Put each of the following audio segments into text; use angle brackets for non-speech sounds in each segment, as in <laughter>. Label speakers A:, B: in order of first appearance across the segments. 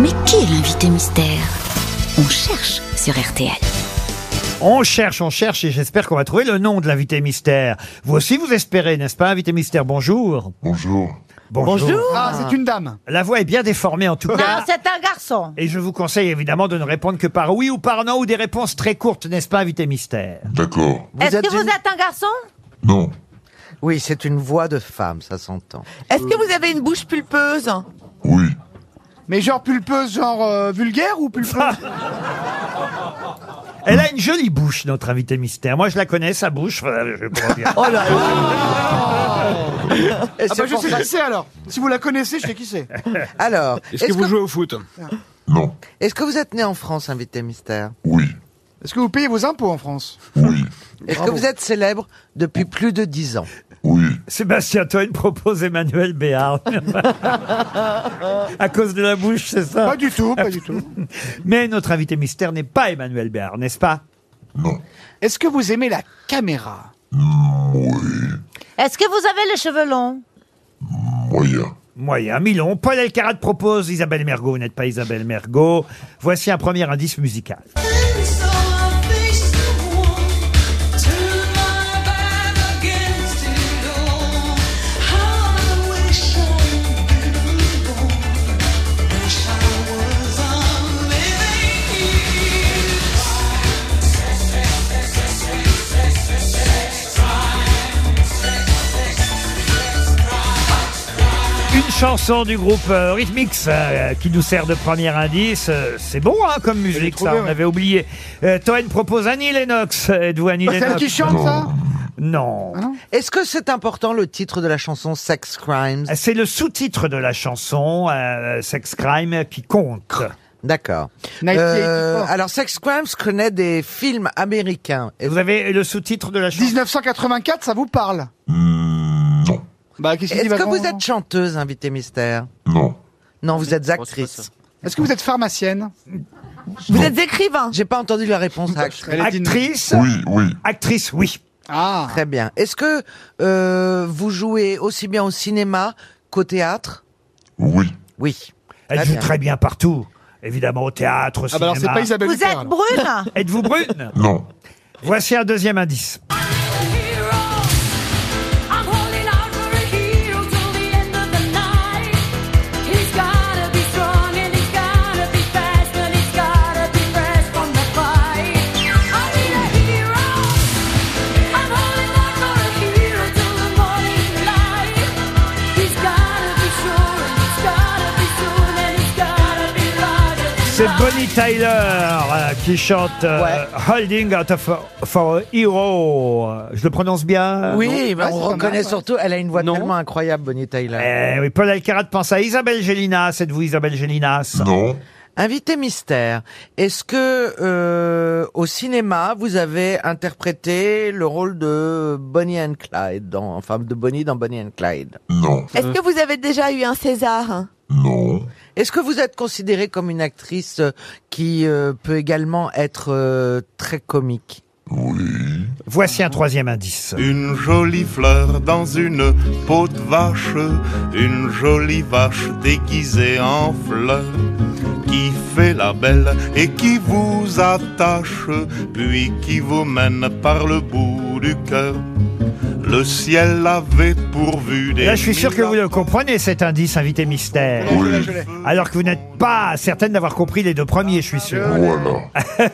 A: Mais qui est l'invité mystère On cherche sur RTL.
B: On cherche, on cherche et j'espère qu'on va trouver le nom de l'invité mystère. Vous aussi vous espérez, n'est-ce pas, invité mystère Bonjour.
C: Bonjour.
D: Ah, c'est une dame.
B: La voix est bien déformée en tout cas.
E: Non, Ah, c'est un garçon.
B: Et je vous conseille évidemment de ne répondre que par oui ou par non ou des réponses très courtes, n'est-ce pas, invité mystère
C: D'accord.
E: Est-ce que
F: êtes
E: vous
F: une-
E: êtes un garçon
C: Non.
F: Oui, c'est une voix de femme, ça s'entend.
G: Est-ce que vous avez une bouche pulpeuse
C: Oui.
D: Mais genre pulpeuse, genre euh, vulgaire ou pulpeuse
B: Elle a une jolie bouche, notre invité mystère. Moi, je la connais, sa bouche. euh, je vais pas en dire.
F: Oh là là Et
D: Ah
F: c'est
D: bah je
F: pour
D: sais
F: ça-
D: qui c'est alors. Si vous la connaissez, je sais qui c'est.
F: Alors, est-ce que,
H: jouez au foot
C: Non.
F: est-ce que vous êtes né en France, invité mystère
C: Oui.
D: Est-ce que vous payez vos impôts en France
C: Oui.
F: Est-ce que vous êtes célèbre depuis plus de dix ans
C: Oui.
B: Sébastien Toen propose Emmanuel
E: <laughs>
B: Béard. à cause de la bouche, c'est ça
D: Pas du tout, pas du tout.
B: Mais notre invité mystère n'est pas Emmanuel Béard, n'est-ce pas
C: Non.
D: Est-ce que vous aimez la caméra
E: Est-ce que vous avez les cheveux longs
C: Moyen.
B: Moyen, Milon. Paul Elkarat propose Isabelle Mergot. Vous n'êtes pas Isabelle Mergot. Voici un premier indice musical. Une chanson du groupe euh, Rhythmix euh, qui nous sert de premier indice. Euh, c'est bon hein, comme musique,
D: trouvé,
B: ça, on
D: ouais.
B: avait oublié. Euh, Toen propose Annie Lennox. Êtes-vous Annie
D: Celle
B: Lennox
D: Bah, qui Ah chante ça
B: Non.
F: Est-ce que c'est important le titre de la chanson Sex Crimes
B: C'est le sous-titre de la chanson, euh, Sex Crime, qui compte.
F: D'accord.
D: Nike
F: Euh,
D: 84.
F: alors, Sex Crimes connaît des films américains. Et
B: Vous avez le sous-titre de la chanson
D: 1984, ça vous parle
C: Hmm, Non.
D: Bah qu'est-ce qu'il dit
F: Est-ce que
D: Vagan
F: vous êtes chanteuse, invité mystère
C: Non.
F: Non, vous êtes actrice.
D: Est-ce que vous êtes pharmacienne
G: Vous êtes écrivain
F: J'ai pas entendu la réponse. actrice.
D: Elle est dîne-
B: Actrice
C: Oui, oui.
B: Actrice, oui.
D: Ah.
F: Très bien. Est-ce que euh, vous jouez aussi bien au cinéma qu'au théâtre
C: Oui.
F: Oui.
B: Elle
F: Très
B: joue
F: bien.
B: très bien partout. Évidemment, au théâtre, au
D: Ah bah alors c'est
B: cinéma.
D: pas Isabelle
E: Vous
D: Huppert,
E: êtes
D: alors.
E: brune
B: Êtes-vous brune
C: Non.
B: Voici un deuxième indice. C'est Bonnie Tyler euh, qui chante euh, Holding Out of for a Hero. Je le prononce bien euh,
F: Oui, mais
D: Ah, c'est
F: on
D: pas
F: reconnaît
D: mal.
F: surtout, elle a une voix tellement incroyable, Bonnie Tyler.
B: Eh oui, Paul Alcarat pense à Isabelle Gélinas. Êtes-vous Isabelle Gélinas
C: Non.
F: Invité mystère, est-ce que euh, au cinéma, vous avez interprété le rôle de Bonnie and Clyde, dans, enfin de Bonnie dans Bonnie and Clyde
C: Non.
G: Est-ce que vous avez déjà eu un César
C: Non.
F: Est-ce que vous êtes considérée comme une actrice euh, qui euh, peut également être euh, très comique
C: Oui.
B: Voici un troisième indice.
I: Une jolie fleur dans une peau de vache, une jolie vache déguisée en fleur, qui fait la belle et qui vous attache, puis qui vous mène par le bout du cœur. Le ciel avait pourvu des.
B: Là, je suis sûr que vous
I: miracles.
B: le comprenez, cet indice invité mystère.
C: Oui.
D: je l'ai.
B: Alors que vous n'êtes pas certaine d'avoir compris les deux premiers, je suis sûr.
C: Voilà.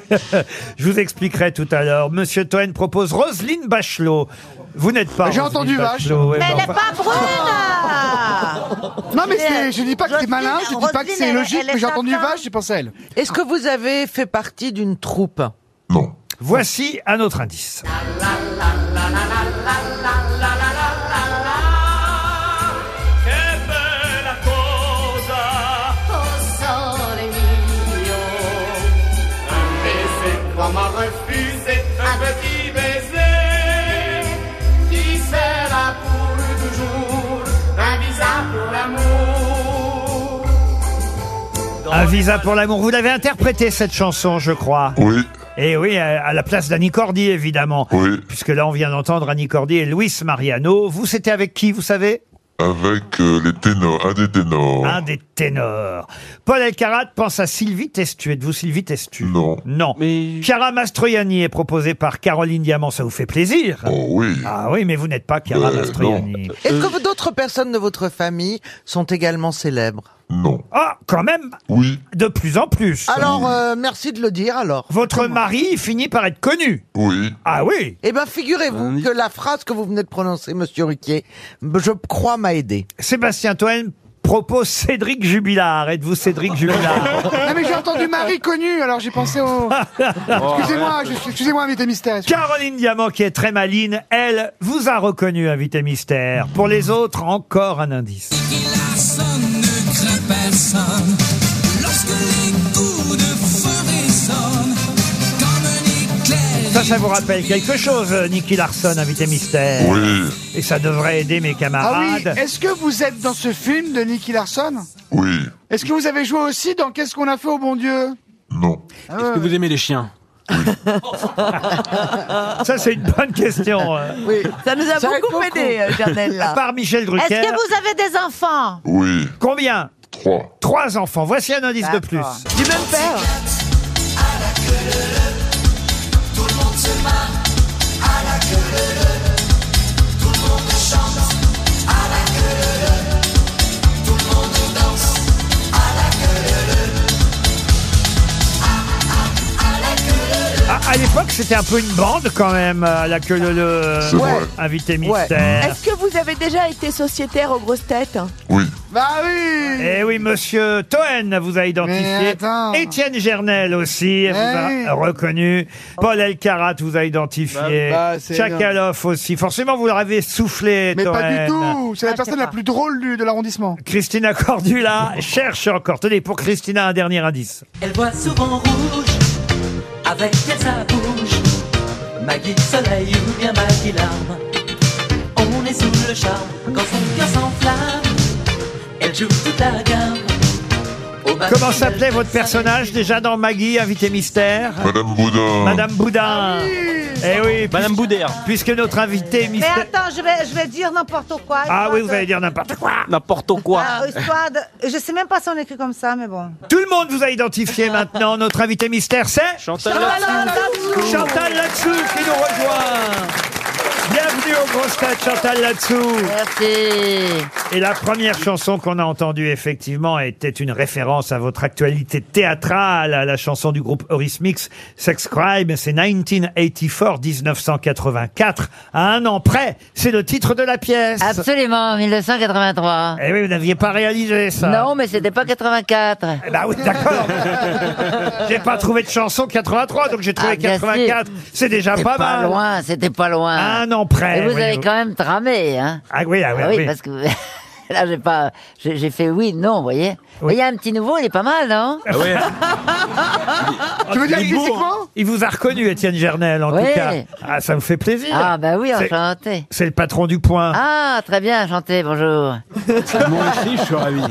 B: Je vous expliquerai tout à l'heure. Monsieur Toen propose Roselyne Bachelot. Vous n'êtes pas.
D: J'ai
B: Roselyne
D: entendu
B: Bachelot, ouais,
E: Mais
B: mais
E: elle n'est
B: enfin-
E: pas brune
D: Non mais
E: Mais,
D: c'est,
E: euh,
D: je dis pas que c'est
E: Roselyne-
D: malin, je dis pas que
E: Roselyne,
D: c'est
E: elle-
D: logique,
E: elle est
D: mais j'ai entendu
E: certain.
D: vache, j'ai pensé à elle.
F: Est-ce que vous avez fait partie d'une troupe
C: Non.
B: Voici un autre indice. Un visa pour l'amour. Vous l'avez interprété cette chanson, je crois.
C: Oui.
B: Et oui, à à la place d'Annie Cordy, évidemment.
C: Oui.
B: Puisque là, on vient d'entendre Annie Cordy et Luis Mariano. Vous, c'était avec qui, vous savez
C: Avec euh, les ténors, un des ténors.
B: Un des ténors. Paul Elkarat pense à Sylvie Testu. Êtes-vous Sylvie Testu
C: Non.
B: Non.
H: Mais-
B: Chiara Mastroianni est proposée par Caroline Diamant, ça vous fait plaisir
C: Oh oui.
B: Ah oui, mais vous n'êtes pas Chiara
C: Euh,
B: Mastroianni.
F: Est-ce
D: Euh,
F: que vous- d'autres personnes de votre famille sont également célèbres
C: Non.
B: Ah, quand même,
C: Oui.
B: de plus en plus.
F: Alors, euh, merci de le dire alors.
B: Votre mari finit par être connu.
C: Oui.
B: Ah oui,
F: Eh bien, figurez-vous que la phrase que vous venez de prononcer, monsieur Ruquier, je crois m'a aidé.
B: Sébastien Toen propose Cédric Jubilard. Êtes-vous Cédric Jubilard
D: Non, mais j'ai entendu Marie connue, alors j'ai pensé
B: <laughs>
D: au. Excusez-moi, je suis- excusez-moi, invité mystère. excusez-moi.
B: Caroline Diamant, qui est très maline, elle vous a reconnu, invité mystère. Pour les autres, encore un indice. Ça, ça vous rappelle quelque chose, euh, Nicky Larson, invité mystère.
C: Oui.
B: Et ça devrait aider mes
D: Ah oui,
B: camarades.
D: est-ce que vous êtes dans ce film de Nicky Larson
C: Oui.
D: Est-ce que vous avez joué aussi dans Qu'est-ce qu'on a fait au bon Dieu
C: Non.
H: Est-ce que vous aimez les chiens
B: ça, c'est une bonne question. euh,
G: Ça nous a
F: Ça aide
G: beaucoup
F: beaucoup.
G: aidé, euh, Janelle, là.
B: par Michel
E: Est-ce
B: Drucker.
E: que vous avez des enfants
C: Oui.
B: Combien
C: Trois.
B: Trois enfants. Voici un indice de plus.
E: D'accord.
G: Du même père.
B: À, à l'époque, c'était un peu une bande quand même, euh, à la queue le, le
C: C'est vrai.
B: invité mystère.
G: Est-ce que vous avez déjà été sociétaire aux grosses têtes
C: Oui.
D: Bah oui
B: Eh oui, monsieur Toen vous a
D: Mais
B: identifié.
D: attends. Eh
B: Étienne Gernel aussi vous a
D: oui. Oh.
B: reconnu. Paul Elkarat vous a identifié.
H: Bah, bah, c'est
B: Chakaloff aussi. Forcément, vous l'avez soufflé,
D: Mais pas du
B: Toen.
D: tout C'est
E: Ah,
D: la
E: je
D: personne
E: sais
D: la
E: pas.
D: plus drôle du- de l'arrondissement.
B: Christina
D: <laughs>
B: Cordula cherche encore. Tenez, pour Christina, un dernier indice.
J: Elle voit souvent rouge, avec elle ça bouge. Maggie soleil ou bien Maggie larme. On est sous le charme quand son cœur s'enflamme. Elle joue toute la gamme. Au bas
B: Comment
J: du
B: s'appelait
J: ciel,
B: votre
J: ça
B: personnage
J: rêve.
B: déjà dans Maggie, invité mystère
C: Madame Boudin.
B: Madame Boudin. Eh oui,
H: Madame Boudère,
B: puisque notre invité
E: Mais
B: mystère.
E: attends, je vais, je vais dire n'importe quoi.
B: Ah
E: histoire
B: oui, vous
E: de-
B: allez dire n'importe quoi.
H: n'importe quoi.
E: Ah, histoire de... Je sais même pas si on écrit comme ça, mais bon.
B: Tout le monde vous a identifié maintenant. Notre invité mystère, c'est
H: Chantal
B: Chantal Latsou qui nous rejoint. Bienvenue au Grosse Tête, Chantal Latsou.
E: Merci.
B: Et la première chanson qu'on a entendue, effectivement, était une référence à votre actualité théâtrale, à la chanson du groupe Horace Mix, Sex Crime. C'est 1984, 1984, à un an près. C'est le titre de la pièce.
E: Absolument, 1983.
B: Eh ben. oui, vous n'aviez pas réalisé ça.
E: mais c'était pas 84.
B: Eh ben oui,
E: <laughs>
B: d'accord. j'ai pas trouvé de chanson 83, donc j'ai trouvé
E: Ah, bien
B: 84. C'est déjà
E: C'était
B: pas, mal.
E: loin, c'était pas loin.
B: Un an près.
E: Et vous avez
B: voyez-vous.
E: quand même tramé, <laughs> hein
B: Ah oui, ah oui,
E: Ah
B: oui.
E: oui, parce que là, j'ai pas, j'ai j'ai fait oui, non, vous voyez. Mais Il y a un petit nouveau, il est pas mal, non
H: Ah ouais.
B: Oh,
D: Tu veux dire
H: il est beau,
D: physiquement
B: Il vous a reconnu, Étienne Gernel, en
E: Oui.
B: tout cas. Ah, ça vous fait plaisir.
E: Ah ben oui,
B: C'est-
E: enchanté.
B: C'est le patron du point.
E: Ah, très bien, enchanté,
H: Moi
E: bonjour.
H: aussi, je suis ravi.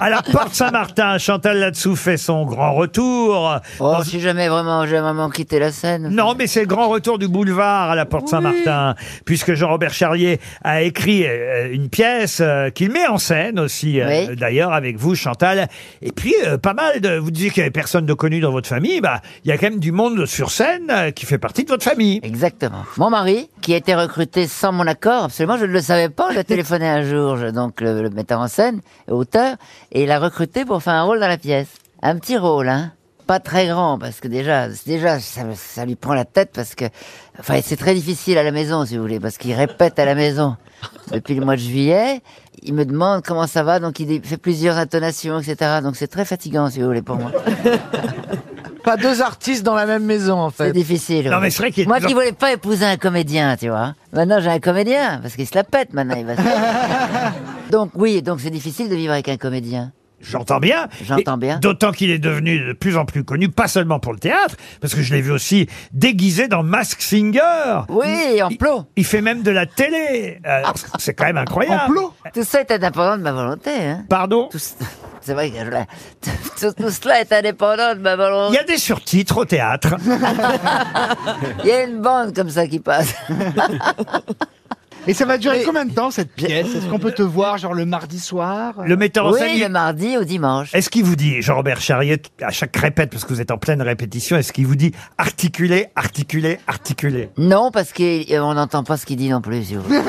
B: À la porte Saint-Martin, Chantal Latsou fait son grand retour.
E: Oh,
B: Dans-
E: si jamais vraiment, j'ai vraiment quitté la scène.
B: Non, mais c'est le grand retour du boulevard à la Porte Saint-Martin, puisque Jean-Robert Charlier a écrit euh, une pièce euh, qu'il met en scène aussi, euh,
E: Oui.
B: d'ailleurs, avec vous, Chantal. Et puis, euh, pas mal de... Vous disiez qu'il n'y avait personne de connu dans votre famille. Bah, il y a quand même du monde sur scène euh, qui fait partie de votre famille.
E: Exactement. Mon mari, qui a été recruté sans mon accord, absolument, je ne le savais pas. Il a téléphoné un jour, je- donc le, le metteur en scène, auteur, et il l'a recruté pour faire un rôle dans la pièce. Un petit rôle, hein. Pas très grand, parce que déjà, c'est- déjà, ça, ça lui prend la tête parce que, enfin, c'est très difficile à la maison, si vous voulez, parce qu'il répète à la maison depuis le mois de juillet. Il me demande comment ça va, donc il fait plusieurs intonations, etc. Donc c'est très fatigant, si vous voulez, pour moi.
F: Pas deux artistes dans la même maison, en
E: C'est
F: fait.
E: difficile.
B: Non,
E: ouais.
B: mais c'est vrai qu'il y a
E: Moi
B: des
E: qui
B: gens-
E: voulais pas épouser un comédien, tu vois. Maintenant j'ai un comédien parce qu'il se la pète maintenant. Il
B: <laughs>
E: va se- donc oui, donc c'est difficile de vivre avec un comédien.
B: J'entends bien.
E: J'entends
B: Et
E: bien.
B: D'autant qu'il est devenu de plus en plus connu, pas seulement pour le théâtre, parce que je l'ai vu aussi déguisé dans Mask Singer.
E: Oui, en plomb.
B: Il fait même de la télé. Euh, c'est quand même incroyable.
D: En plot
E: Tout ça est indépendant de ma volonté. Hein.
B: Pardon
E: Tout ce- <laughs> C'est vrai que je- <laughs> tout, tout cela est indépendant de ma
B: Il y
E: volonté.
B: a des surtitres au théâtre.
E: Il y a une bande comme ça qui passe.
D: Et ça va durer combien de temps cette pièce Est-ce qu'on peut te voir genre le mardi soir
B: Le metteur en
D: Oui,
B: scène.
D: le
B: mardi au dimanche. Est-ce qu'il vous dit, Jean-Robert Charrier, à chaque répète, parce que vous êtes en pleine répétition, est-ce qu'il vous dit articuler, articuler, articuler
E: Non, parce qu'on n'entend pas ce qu'il dit non plus. si vous voulez.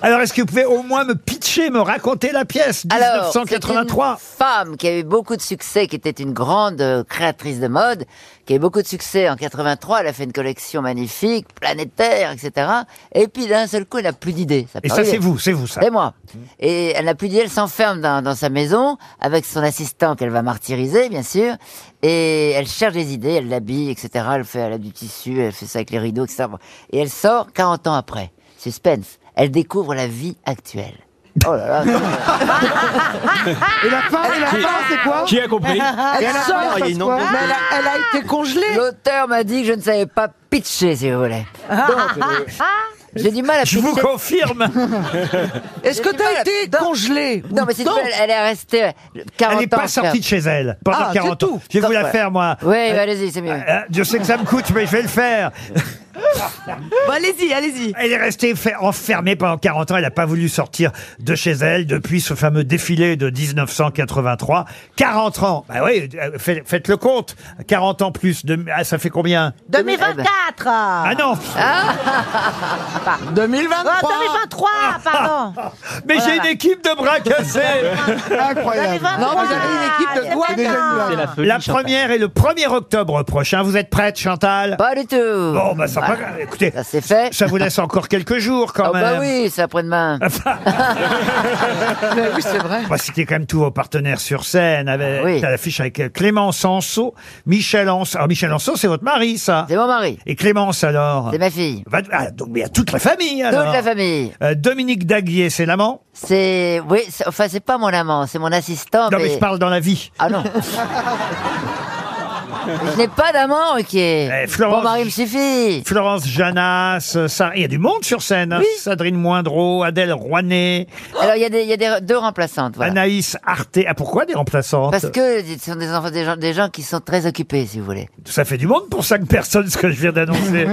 B: Alors, est-ce que vous pouvez au moins me pitcher, me raconter la pièce
E: Alors, c'est
B: 1983
E: une femme qui a eu beaucoup de succès, qui était une grande euh, créatrice de mode, qui a eu beaucoup de succès en 83. Elle a fait une collection magnifique, planétaire, etc. Et puis d'un seul coup, elle n'a plus d'idée.
B: Et
E: peut
B: ça,
E: arriver.
B: c'est vous, Mmh. c'est vous, ça.
E: C'est moi. Et elle n'a plus d'idée, elle s'enferme dans, dans sa maison avec son assistant qu'elle va martyriser, bien sûr. Et elle cherche des idées, elle l'habille, etc. Elle fait, elle a du tissu, elle fait ça avec les rideaux, etc. Et elle sort 40 ans après. Suspense. Elle découvre la vie actuelle.
B: <laughs>
E: Oh là là.
D: Et la fin, et la
E: Qui-
D: fin, c'est quoi
E: qui a compris
D: Et à la
E: Elle
D: fin,
E: sort,
D: ça
E: il y a
D: se
E: une
D: passe
E: ombre.
D: quoi
E: Mais
F: Elle a été congelée.
E: L'auteur m'a dit que je ne savais pas pitcher, si vous voulez.
B: Ah.
E: Donc, euh, j'ai du mal à pitcher.
F: Je vous
B: confirme.
F: Est-ce que t'as été congelée
E: Non, mais c'est
F: Non.
E: elle, elle est restée 40 ans.
B: Elle n'est pas sortie de chez elle pendant
E: Ah, c'est
B: 40 ans.
E: tout.
B: Je vais vous la
E: Ouais.
B: faire, moi.
E: Oui, bah, allez-y, c'est mieux.
B: Euh, Je sais que ça me coûte, mais je vais le faire.
G: Bah, allez-y, allez-y.
B: Elle est restée fer- enfermée pendant 40 ans. Elle n'a pas voulu sortir de chez elle depuis ce fameux défilé de 1983. 40 ans. Bah oui, euh, fait- faites le compte. 40 ans plus. De, ah, ça fait combien
K: 2024 Ah
B: non
D: Ah,
F: 2023
D: Oh,
K: 2023,
F: <laughs>
K: pardon
F: Ah,
B: Mais j'ai une équipe de bras
E: <laughs>
B: cassés
D: Incroyable
F: Non, vous avez une équipe de quoi
B: La première est le 1er octobre prochain. Vous êtes prête, Chantal
E: Pas du tout.
B: Bon, bah ça
E: Voilà.
B: va. Écoutez,
E: Ça c'est fait.
B: ça vous laisse encore quelques jours quand
E: Oh
B: même.
E: bah oui,
B: <laughs>
E: c'est après-demain.
B: Ah, bah, oui, c'est vrai. On va citer quand même tous vos partenaires sur scène. Avec,
E: Ah
B: à l'affiche avec euh, Clémence Anceau, Michel Anceau. Alors, Michel Anceau, c'est votre mari, ça
E: C'est mon mari.
B: Et Clémence, alors
E: C'est ma fille.
B: Va- ah, donc, mais il y a toute la famille, alors.
E: Toute la famille.
B: Euh, Dominique Daguier, c'est l'amant
E: C'est oui, c'est- enfin c'est pas mon amant, c'est mon assistant.
B: Non, mais je parle dans la vie.
E: Ah non. je n'ai pas d'amant, ok.
B: Eh, Florence-
E: Mon mari me suffit.
B: Florence Janas, euh, ça, il y a du monde sur scène. hein. Sandrine Moindreau, Adèle Rouanet,
E: Alors il y a des, il y a des deux remplaçantes. Voilà.
B: Anaïs Arte. Ah, pourquoi des remplaçantes
E: Parce que ce sont des enfants, des gens, des gens qui sont très occupés, si vous voulez.
B: Ça fait du monde pour cinq personnes, ce que je viens
E: <laughs>
B: d'annoncer.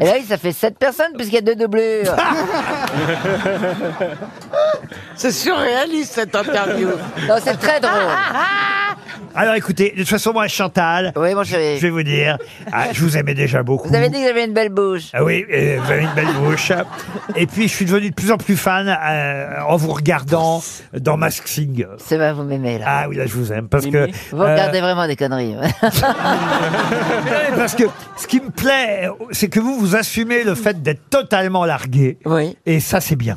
E: Et là, ça fait sept personnes puisqu'il y a deux doublures.
B: <laughs>
F: C'est surréaliste cette interview.
E: non, c'est
B: <laughs>
E: très drôle.
B: Alors écoutez, de toute façon, moi, Chantal, je vais vous dire, ah, je vous aimais déjà beaucoup.
E: Vous avez dit que j'avais une belle bouche.
B: Ah oui, euh, vous avez une belle bouche. Et puis, je suis devenu de plus en plus fan euh, en vous regardant dans Mask Singer.
E: C'est vrai, vous m'aimez là.
B: Ah oui, là, je vous aime. Parce que.
E: Vous
B: euh,
E: regardez vraiment des conneries.
B: Ouais, parce que ce qui me plaît, c'est que vous, vous assumez le fait d'être totalement largué.
E: Oui.
B: Et ça, c'est bien.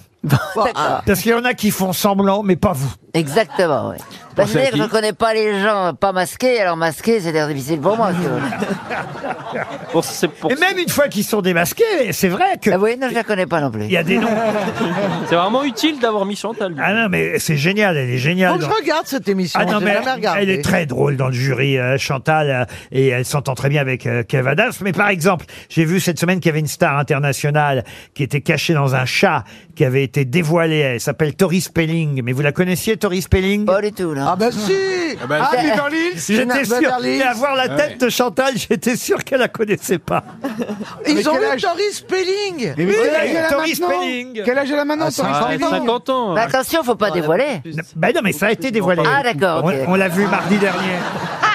B: Parce qu'il y en a qui font semblant, mais pas vous.
E: Exactement, oui. Parce que
B: Pensez à
E: je
B: qui
E: ne connais pas les gens pas masqués, alors masqués, c'est difficile pour moi. si vous
B: <laughs>
E: voulez.
B: Et même une fois qu'ils sont démasqués, c'est vrai que.
E: Ah oui, non, je la connais pas non plus.
B: Il y a des noms.
L: C'est vraiment utile d'avoir mis Chantal.
B: Ah non, mais c'est génial, elle est géniale.
F: Faut que je
B: dans-
F: regarde cette émission.
B: Ah non,
F: j'ai
B: mais
F: jamais regardé.
B: elle est très drôle dans le jury, euh, Chantal, euh, et elle s'entend très bien avec euh, Kev Adams. Mais par exemple, j'ai vu cette semaine qu'il y avait une star internationale qui était cachée dans un chat qui avait été dévoilé. Elle s'appelle Tori Spelling. Mais vous la connaissiez, Tori Spelling
D: Oh,
E: Pas du tout, non.
F: Ah bah si
B: Ah,
D: ben,
B: bah,
F: Ah,
B: si.
F: Beverly Hills
B: J'étais sûr,
F: Beverly Hills.
B: et à voir
D: Ah
B: la tête de Chantal, j'étais sûr qu'elle la connaissait pas.
D: Mais
F: Ils ont
D: quel
F: eu
D: âge
F: Tori Spelling
D: Mais quel âge elle a
B: Tori
D: maintenant
B: Spelling.
D: Quel âge elle a maintenant, Tori Spelling
E: Mais Bah, attention, faut pas dévoiler.
B: Ben non, mais ça a été dévoilé.
E: Ah, d'accord, ok.
B: On, on l'a vu mardi dernier.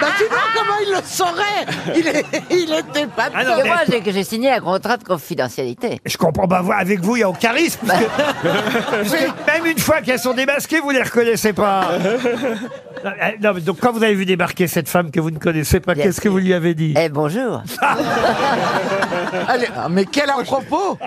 F: Bah sinon, comment il le saurait il, est- il était pas
B: Ah,
E: Parce que moi, j'ai- que j'ai signé un contrat de confidentialité.
B: Je comprends pas, vous- avec vous, il n'y a aucun risque. parce
E: <laughs>
B: que- parce que même une fois qu'elles sont démasquées, vous ne les reconnaissez pas.
E: <laughs>
B: Non, euh, non, mais donc quand vous avez vu débarquer cette femme que vous ne connaissez pas,
E: Bien
B: qu'est-ce que
E: sûr.
B: vous lui avez dit
E: Eh,
B: <laughs>
E: bonjour.
F: Allez, ah, mais quel à-propos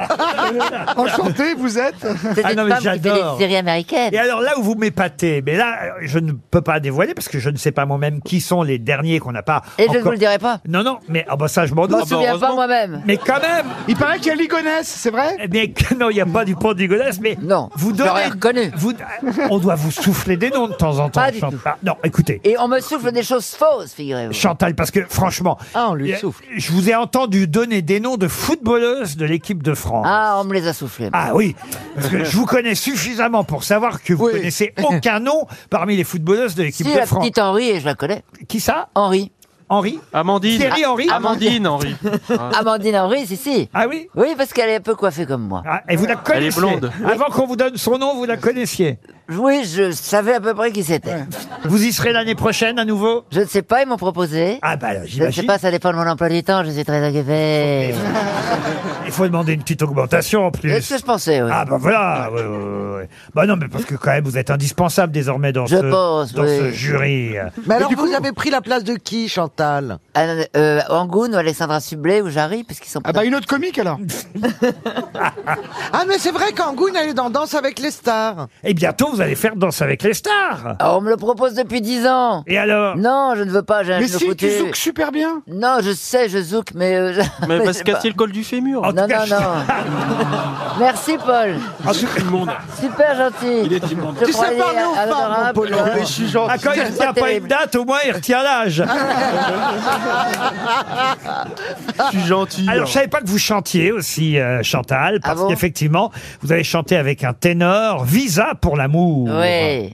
D: Enchanté, vous êtes
E: C'est
B: Ah
E: une
B: non, mais
E: femme qui fait
B: j'adore.
E: des séries américaines.
B: Et alors là où vous m'épatez, mais là, euh, je ne peux pas dévoiler parce que je ne sais pas moi-même qui sont les derniers qu'on n'a pas.
E: Et je ne
B: encore-
E: vous le dirai pas.
B: Non, non, mais ah bah ça, je m'en
E: Je m'en
B: doute.
E: souviens pas moi-même.
B: Mais quand même
D: Il paraît qu'il y a Ligonesse, c'est vrai
B: Mais que- non, il n'y a pas du pont du Gonesse, mais
E: Non,
B: vous
E: je l'aurais
B: donnez.
E: reconnu.
B: Vous, on doit vous souffler des noms de temps en temps.
E: Pas du
B: Chantal.
E: tout.
B: Ah, non, écoutez.
E: Et on me souffle des choses fausses, figurez-vous.
B: Chantal, parce que franchement,
F: Ah, on lui
B: euh,
F: souffle.
B: je vous ai entendu donner des noms de footballeuses de l'équipe de France. Ah.
E: Ah, on me les a soufflées.
B: oui, parce que je vous connais suffisamment pour savoir que vous
F: Oui.
B: connaissez aucun nom parmi les footballeuses de l'équipe
E: Si,
B: de
E: la
B: France.
E: petite Henri, et je la connais.
B: Qui ça
E: Henri.
B: Henri
L: Amandine.
B: Thierry Henry
L: Amandine Henri.
E: Amandine Henry, si, si.
B: Ah oui Ah,
E: Oui, parce qu'elle est un peu coiffée comme moi.
B: et vous la
L: Elle est
B: connaissiez
L: blonde.
B: Avant qu'on vous donne son nom, vous la connaissiez
E: Oui, je savais à peu près qui c'était.
B: Vous y serez l'année prochaine à nouveau
E: Je ne sais pas, ils m'ont proposé.
B: Ah bah,
E: Je ne sais
B: j'imagine.
E: pas, ça dépend de mon emploi du temps, je suis très occupé.
B: Il faut demander une petite augmentation en plus.
E: C'est ce que je pensais, oui.
B: Ah bah voilà, ouais, ouais, ouais, ouais. Bah non, mais parce que quand même, vous êtes indispensable désormais dans,
E: Je
B: ce,
E: pense,
B: dans
E: oui.
B: ce jury.
F: Mais alors, vous avez pris la place de qui, Chantal
E: Ah, non, euh, Angoune ou Alessandra Sublet ou Jarry, parce qu'ils sont
D: Ah bah une autre comique alors
F: Ah, mais c'est vrai qu'Angoune, elle est dans Danse avec les stars.
B: Et Eh, bientôt, vous allez faire Danse avec les stars.
E: Ah, on me le propose depuis 10 ans.
B: Et oh. alors
E: Non, je ne veux pas, j'ai un
D: Mais
E: genou
D: si, tu
E: foutu.
D: zouks super bien
E: Non, je sais, je zouk, mais... euh, je- <laughs>
L: Mais
E: je
L: parce
E: sais
L: qu'à
E: pas.
L: le col du fémur.
B: En tout
E: Non,
B: cas,
E: non, non.
B: <laughs>
E: Merci, Paul.
B: en tout cas-
H: Immonde.
E: Super gentil.
H: Il est immonde.
E: Je
F: Tu sais
E: croyais
F: parler aux femmes, mon
E: adorable.
F: Polo.
E: Euh,
F: Mais je suis gentil.
B: Ah, quand il
E: C'est
B: retient
E: pas
B: pas
E: terrible. Ah,
B: une date, au moins il retient l'âge.
L: Je suis gentil. hein.
B: Alors, je savais pas que vous chantiez aussi, euh, Chantal, parce
E: Ah bon
B: qu'effectivement, vous avez chanté avec un ténor, Visa pour l'amour.
E: Oui.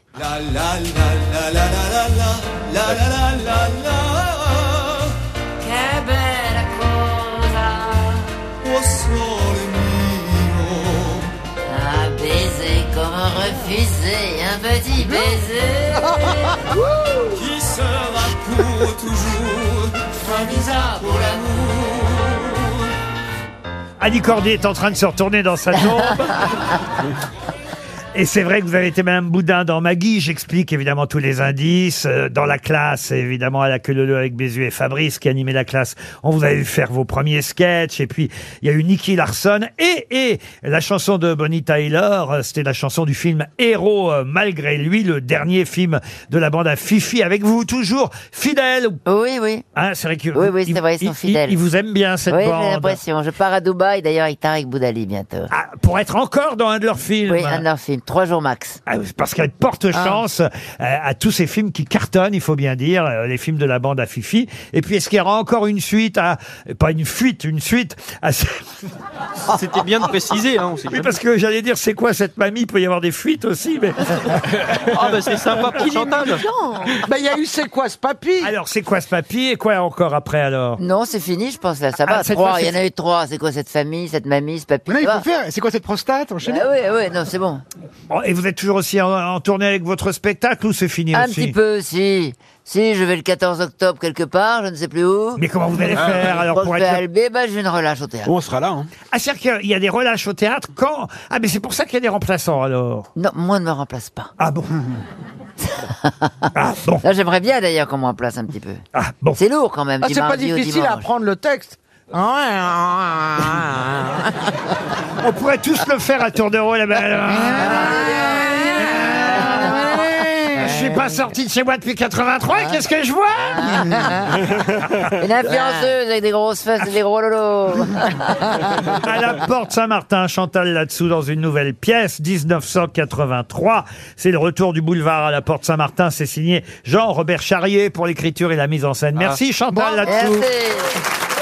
E: Un baiser, comment refuser un petit baiser
J: qui sera pour toujours un visa pour l'amour.
B: Annie Cordier est en train de se retourner dans sa tombe. Et c'est vrai que vous avez été Madame Boudin dans Maggie. J'explique évidemment tous les indices. Euh, Dans la classe, évidemment, à la queue leu leu avec Bézu et Fabrice qui animaient la classe. On vous avait vu faire vos premiers sketchs. Et puis, il y a eu Nicky Larson. Et, et la chanson de Bonnie Tyler, euh, c'était la chanson du film Héros euh, malgré lui, le dernier film de la bande à Fifi avec vous toujours fidèle.
E: Oui, oui.
B: Hein, c'est vrai que
E: Oui, oui, c'est
B: il-
E: vrai, ils sont
B: il-
E: fidèles.
B: il- il vous aime bien cette
E: oui, j'ai
B: bande.
E: l'impression. Je pars à Dubaï, d'ailleurs, avec Tarek Boudali bientôt.
B: Ah, pour être encore dans un de leurs films.
E: Oui, un de leurs Ah. films. Trois jours max.
B: Ah, c'est Parce qu'elle porte chance euh, à tous ces films qui cartonnent, il faut bien dire, euh, les films de la bande à Fifi. Et puis, est-ce qu'il y aura encore une suite à, pas une fuite, une suite à, ce- <laughs>
L: C'était bien de préciser. Hein, on sait
B: oui,
L: jamais.
B: parce que j'allais dire, c'est quoi cette mamie? Il peut y avoir des fuites aussi,
E: <laughs>
B: mais.
L: Ah bah c'est sympa pour Chantal.
F: Bah, il y a eu C'est quoi ce papy
B: Alors, c'est quoi ce papy et quoi encore après alors?
E: Non, c'est fini, je pense, là. Ça
B: Ah,
E: va.
B: cette fois,
E: trois,
B: c'est-
E: il y en a eu trois. C'est quoi cette famille, cette mamie, ce papy
D: Mais là il
E: ça va.
D: faut faire, c'est quoi cette prostate
E: Bah
D: Enchaîner
E: oui, oui, non, c'est bon.
B: Oh, Et vous êtes toujours aussi en, en tournée avec votre spectacle ou c'est fini
E: Un
B: aussi?
E: petit peu, si. Si, je vais le 14 octobre quelque part, je ne sais plus où.
B: Mais comment vous allez faire alors
E: Quand
B: pour
E: je
B: être.
E: vais à
B: là-
E: Albé, bah, je une relâche au théâtre.
H: Bon, on sera là. Hein.
B: Ah, c'est-à-dire qu'il y a des relâches au théâtre quand? Ah, mais c'est pour ça qu'il y a des remplaçants alors.
E: Non, moi, ne me remplace pas.
B: Ah <laughs> bon? ah bon?
E: Là, j'aimerais bien, d'ailleurs, qu'on me remplace un petit peu.
B: Ah bon?
E: C'est lourd, quand même,
F: Ah,
E: du
F: c'est pas
E: mardi au
F: difficile à
E: dimanche.
F: apprendre le texte.
B: On pourrait tous le faire à tour de rôle. eh ben. Je suis pas sorti de chez moi depuis 83, qu'est-ce que je vois
E: Une influenceuse avec des grosses fesses et des
B: <laughs>
E: gros lolos.
B: À la porte Saint-Martin, Chantal là-dessous dans une nouvelle pièce, 1983. C'est le retour du boulevard à la porte Saint-Martin. C'est signé Jean-Robert Charrier pour l'écriture et la mise en scène. Ah. Merci Chantal là-dessous.
E: Merci.